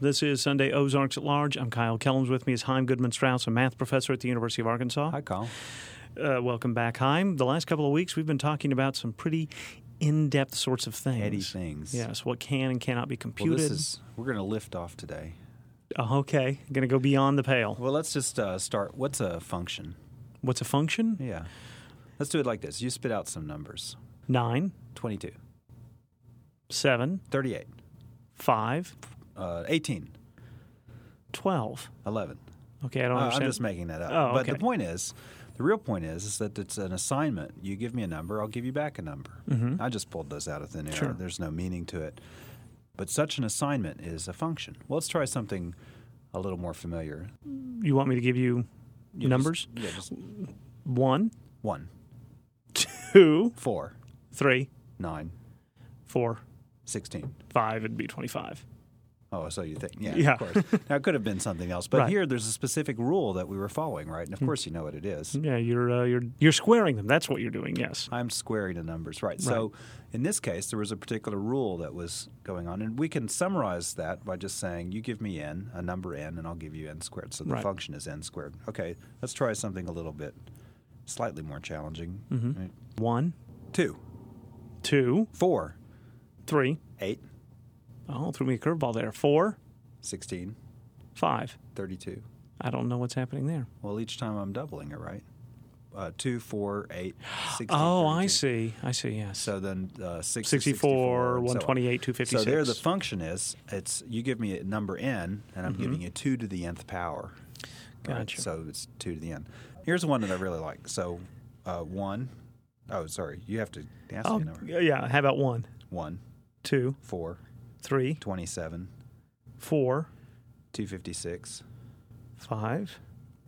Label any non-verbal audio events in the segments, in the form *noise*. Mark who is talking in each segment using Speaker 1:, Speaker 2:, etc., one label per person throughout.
Speaker 1: This is Sunday Ozarks at Large. I'm Kyle Kellums. With me is Heim Goodman Strauss, a math professor at the University of Arkansas.
Speaker 2: Hi, Kyle.
Speaker 1: Uh, welcome back, Heim. The last couple of weeks, we've been talking about some pretty in-depth sorts of things.
Speaker 2: Petty things.
Speaker 1: Yes, what can and cannot be
Speaker 2: Well,
Speaker 1: computed.
Speaker 2: this is we're going to lift off today.
Speaker 1: Oh, okay, going to go beyond the pale.
Speaker 2: Well, let's just uh, start. What's a function?
Speaker 1: What's a function?
Speaker 2: Yeah, let's do it like this. You spit out some numbers:
Speaker 1: Nine,
Speaker 2: 22,
Speaker 1: seven,
Speaker 2: 38,
Speaker 1: five,
Speaker 2: uh, 18,
Speaker 1: twelve.
Speaker 2: 11.
Speaker 1: Okay, I don't
Speaker 2: Uh, I'm
Speaker 1: Oh, understand.
Speaker 2: just making that up.
Speaker 1: Oh,
Speaker 2: But the
Speaker 1: okay.
Speaker 2: point is, the real point is, is that it's an assignment. You give me a number, I'll give you back a number. I just pulled those out of thin air.
Speaker 1: Mm-hmm. Sure.
Speaker 2: There's no meaning to it. But such an assignment is a function. Well, let's try something a little more familiar.
Speaker 1: you want me to give you
Speaker 2: You just-
Speaker 1: numbers?
Speaker 2: yeah, just
Speaker 1: One, *laughs*
Speaker 2: one,
Speaker 1: two,
Speaker 2: four,
Speaker 1: three,
Speaker 2: nine,
Speaker 1: four,
Speaker 2: 16.
Speaker 1: five. It'd be twenty-five.
Speaker 2: Oh, so you think? Yeah,
Speaker 1: Yeah. *laughs*
Speaker 2: of course. now it could have been something else, but
Speaker 1: Right. Hmm.
Speaker 2: here there's a specific rule that we were following, right? And of course, you know what it is.
Speaker 1: Yeah, you're uh, you're you're squaring them. That's what you're doing. Yes.
Speaker 2: I'm squaring the numbers, right? So in this case, there was a particular rule that was going on, and we can summarize that by just saying, "You give me n, a number n, and I'll give you n squared." So the
Speaker 1: Right.
Speaker 2: function is n squared. Okay, let's try something a little bit slightly more challenging.
Speaker 1: Mm-hmm.
Speaker 2: Right.
Speaker 1: One,
Speaker 2: Two,
Speaker 1: two,
Speaker 2: four,
Speaker 1: three.
Speaker 2: eight,
Speaker 1: Oh, threw me a curveball there. Four,
Speaker 2: 16,
Speaker 1: five.
Speaker 2: 32.
Speaker 1: I don't know what's happening there.
Speaker 2: Well, each time I'm doubling it, right? Uh, two, four, eight,
Speaker 1: *gasps*
Speaker 2: 16,
Speaker 1: Oh, I
Speaker 2: 32.
Speaker 1: see. I see. Yes.
Speaker 2: So then uh, 60,
Speaker 1: 64,
Speaker 2: and so on.
Speaker 1: 128,
Speaker 2: So
Speaker 1: 256.
Speaker 2: there the function is, it's you give me a number n, and I'm giving you 2 to the nth power. Right?
Speaker 1: Mm-hmm. Gotcha.
Speaker 2: So it's 2 to the n. Here's one that I really like. So uh, 1, oh, sorry, you have to ask
Speaker 1: Oh,
Speaker 2: me a number.
Speaker 1: yeah. How about one,
Speaker 2: 1,
Speaker 1: two,
Speaker 2: 4,
Speaker 1: three,
Speaker 2: 27,
Speaker 1: four,
Speaker 2: 256.
Speaker 1: five?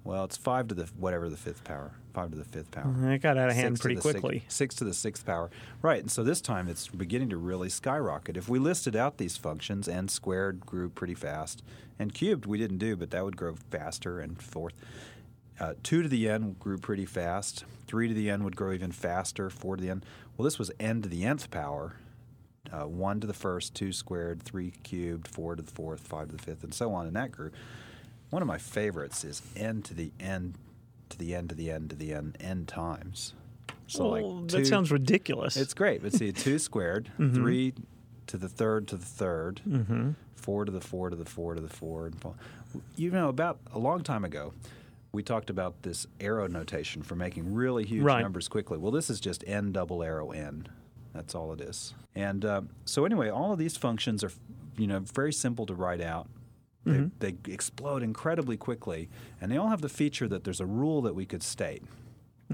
Speaker 2: Well, it's 5 to the whatever the fifth power, 5 to the fifth power.
Speaker 1: That got out of hand
Speaker 2: Six to
Speaker 1: pretty
Speaker 2: the six-
Speaker 1: quickly.
Speaker 2: six to the sixth power. Right. And so this time it's beginning to really skyrocket. If we listed out these functions, n squared grew pretty fast, and cubed we didn't do, but that would grow faster and forth. Uh, 2 to the n grew pretty fast. 3 to the n would grow even faster. 4 to the n. Well, this was n to the nth power. Uh, 1 to the first, 2 squared, 3 cubed, 4 to the fourth, 5 to the fifth, and so on. And that grew. One of my favorites is n to the n to the n to the n to the n n times. So
Speaker 1: Well,
Speaker 2: like two,
Speaker 1: that sounds ridiculous.
Speaker 2: It's great. But see, two squared, three to the third to the 3rd four to the four to the four to the four, and four. you know, about a long time ago, we talked about this arrow notation for making really huge
Speaker 1: Right.
Speaker 2: numbers quickly. Well, this is just n double arrow n. That's all it is. And um, so anyway, all of these functions are, you know, very simple to write out. They, they explode incredibly quickly, and they all have the feature that there's a rule that we could state.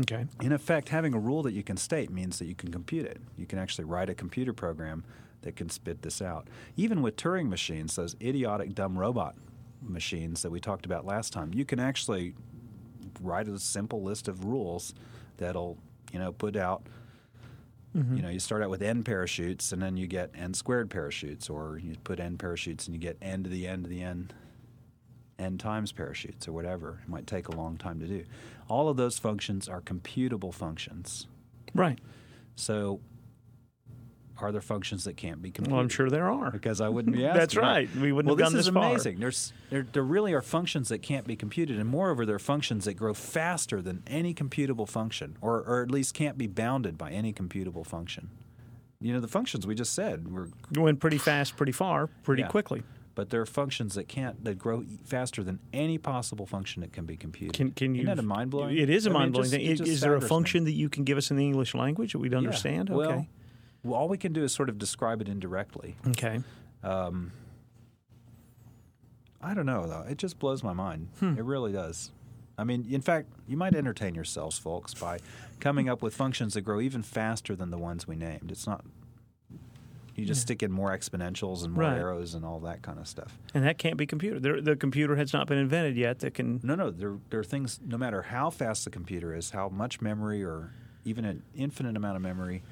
Speaker 1: okay.
Speaker 2: In effect, having a rule that you can state means that you can compute it. You can actually write a computer program that can spit this out. Even with Turing machines, those idiotic dumb robot machines that we talked about last time, you can actually write a simple list of rules that'll, you know, put out you know, you start out with n parachutes and then you get n squared parachutes, or you put n parachutes and you get n to the n to the n, n times parachutes, or whatever. It might take a long time to do. All of those functions are computable functions.
Speaker 1: Right.
Speaker 2: So, are there functions that can't be computed?
Speaker 1: Well, I'm sure there are.
Speaker 2: Because I wouldn't
Speaker 1: *laughs*
Speaker 2: be asking.
Speaker 1: That's right. We wouldn't
Speaker 2: well,
Speaker 1: have gone
Speaker 2: this
Speaker 1: this
Speaker 2: is
Speaker 1: far.
Speaker 2: amazing. There's there, there really are functions that can't be computed, and moreover, there are functions that grow faster than any computable function, or or at least can't be bounded by any computable function. You know, the functions we just said were,
Speaker 1: You went pretty fast, pretty far, pretty
Speaker 2: Yeah.
Speaker 1: quickly.
Speaker 2: but there are functions that can't that grow e- faster than any possible function that can be computed.
Speaker 1: Can can you?
Speaker 2: Isn't that a mind blowing?
Speaker 1: It is a mind blowing thing. Is, is there a function that you can give us in the English language that we'd understand?
Speaker 2: Well,
Speaker 1: okay.
Speaker 2: well, all we can do is sort of describe it indirectly.
Speaker 1: Okay.
Speaker 2: I don't know though. It just blows my mind.
Speaker 1: Hmm.
Speaker 2: It really does. I mean, in fact, you might entertain yourselves, folks, by coming up with functions that grow even faster than the ones we named. It's not. You just stick in more exponentials and more
Speaker 1: Right.
Speaker 2: arrows and all that kind of stuff.
Speaker 1: And that can't be computer. There, the computer has not been invented yet that can.
Speaker 2: No, no, there, there are things, no matter how fast the computer is, how much memory or even an infinite amount of memory.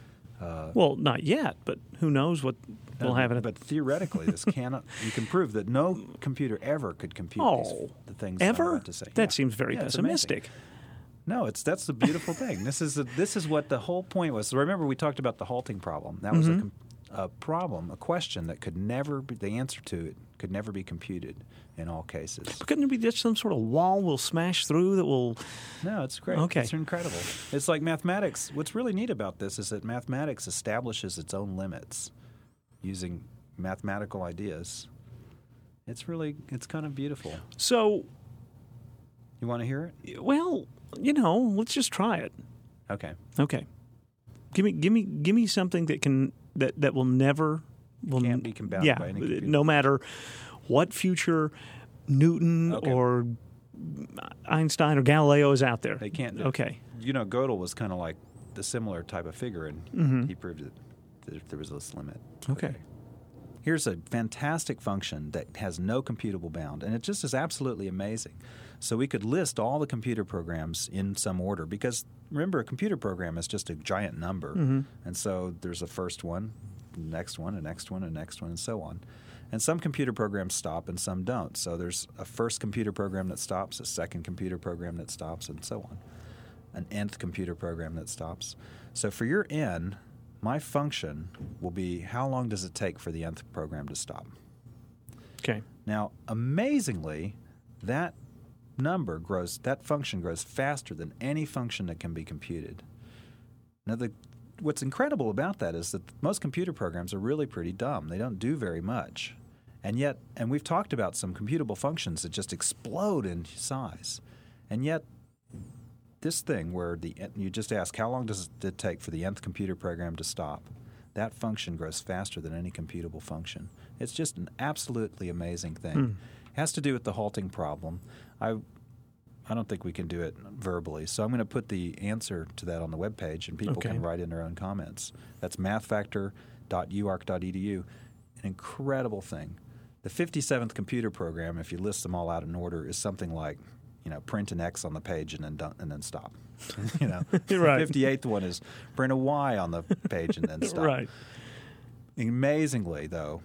Speaker 1: Well, not yet, but who knows what we'll have in it.
Speaker 2: But theoretically, this cannot, you can prove that no computer ever could compute
Speaker 1: Oh,
Speaker 2: these, the things that I'm
Speaker 1: Ever?
Speaker 2: about to say.
Speaker 1: That
Speaker 2: Yeah.
Speaker 1: seems very
Speaker 2: Yeah, it's amazing.
Speaker 1: pessimistic.
Speaker 2: No, it's that's the beautiful thing. This is this is what the whole point was. So remember, we talked
Speaker 1: Mm-hmm.
Speaker 2: about the halting problem. That was a, com- a problem, a question that could never be the answer to it could never be computed in all cases.
Speaker 1: But couldn't there be just some sort of wall we'll smash through that will?
Speaker 2: No, it's great.
Speaker 1: Okay.
Speaker 2: It's incredible. It's like mathematics. What's really neat about this is that mathematics establishes its own limits using mathematical ideas. It's really, it's kind of beautiful.
Speaker 1: So,
Speaker 2: You want to hear it?
Speaker 1: well, you know, let's just try it.
Speaker 2: Okay.
Speaker 1: Okay, give me, give me, give me something that can that that will never will
Speaker 2: Can't
Speaker 1: n-
Speaker 2: be combated
Speaker 1: yeah,
Speaker 2: by any
Speaker 1: uh,
Speaker 2: computer.
Speaker 1: no matter what future Newton
Speaker 2: Okay.
Speaker 1: or Einstein or Galileo is out there.
Speaker 2: They can't do it.
Speaker 1: Okay,
Speaker 2: You know, Gödel was kind of like the similar type of figure, and
Speaker 1: Mm-hmm.
Speaker 2: he proved that there- there was this limit.
Speaker 1: okay.
Speaker 2: Here's a fantastic function that has no computable bound, and it just is absolutely amazing. So we could list all the computer programs in some order because remember, a computer program is just a giant number. And so there's a first one, next one, a next one, a next one, and so on. And some computer programs stop and some don't. So there's a first computer program that stops, a second computer program that stops, and so on an nth computer program that stops. So for your n, my function will be how long does it take for the nth program to stop?
Speaker 1: Okay.
Speaker 2: Now, amazingly, that number grows, that function grows faster than any function that can be computed. Now, the, what's incredible about that is that most computer programs are really pretty dumb. They don't do very much. And yet, and we've talked about some computable functions that just explode in size. And yet, this thing where the you just ask how long does it take for the nth computer program to stop that function grows faster than any computable function it's just an absolutely amazing thing it has to do with the halting problem i i don't think we can do it verbally so i'm going to put the answer to that on the webpage and people
Speaker 1: Okay.
Speaker 2: can write in their own comments that's mathfactor.uarc.edu e an incredible thing the 57th computer program if you list them all out in order is something like you know print an x on the page and then done, and then stop *laughs* you
Speaker 1: *laughs*
Speaker 2: know
Speaker 1: Right.
Speaker 2: the 58th one is print a y on the page and then
Speaker 1: *laughs*
Speaker 2: stop
Speaker 1: Right.
Speaker 2: Amazingly, though,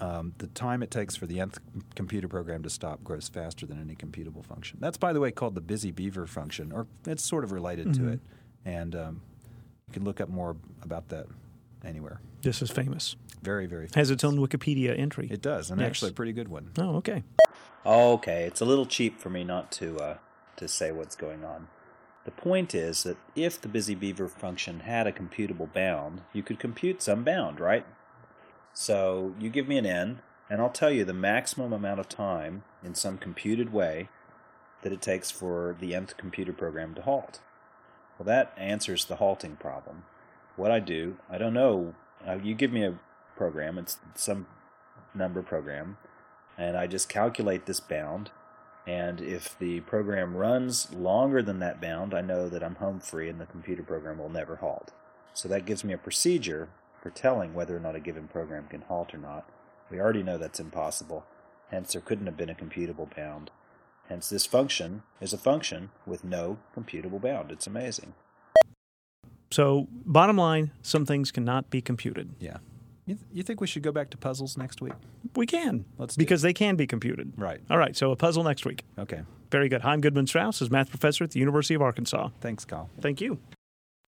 Speaker 2: um, the time it takes for the nth com- computer program to stop grows faster than any computable function. That's, by the way, called the busy beaver function, or it's sort of related to it. And um, you can look up more about that anywhere.
Speaker 1: This is famous.
Speaker 2: Very, very.
Speaker 1: Has its own Wikipedia entry.
Speaker 2: It does, and
Speaker 1: Yes.
Speaker 2: actually a pretty good one.
Speaker 1: oh, okay.
Speaker 2: Okay, it's a little cheap for me not to uh, to say what's going on. The point is that if the busy beaver function had a computable bound, you could compute some bound, right? So you give me an n, and I'll tell you the maximum amount of time in some computed way that it takes for the nth computer program to halt. Well, that answers the halting problem. What I do, I don't know. Uh, you give me a program, it's some number program, and I just calculate this bound. And if the program runs longer than that bound, I know that I'm home free and the computer program will never halt. So that gives me a procedure for telling whether or not a given program can halt or not. We already know that's impossible, hence, there couldn't have been a computable bound. Hence, this function is a function with no computable bound. It's amazing.
Speaker 1: So, bottom line, some things cannot be computed.
Speaker 2: Yeah. You, th- you think we should go back to puzzles next week?
Speaker 1: We can.
Speaker 2: Let's do
Speaker 1: because they can be computed.
Speaker 2: Right.
Speaker 1: All right. So, a puzzle next week.
Speaker 2: Okay.
Speaker 1: Very good. Heim Goodman Strauss is math professor at the University of Arkansas.
Speaker 2: Thanks, Kyle.
Speaker 1: Thank you.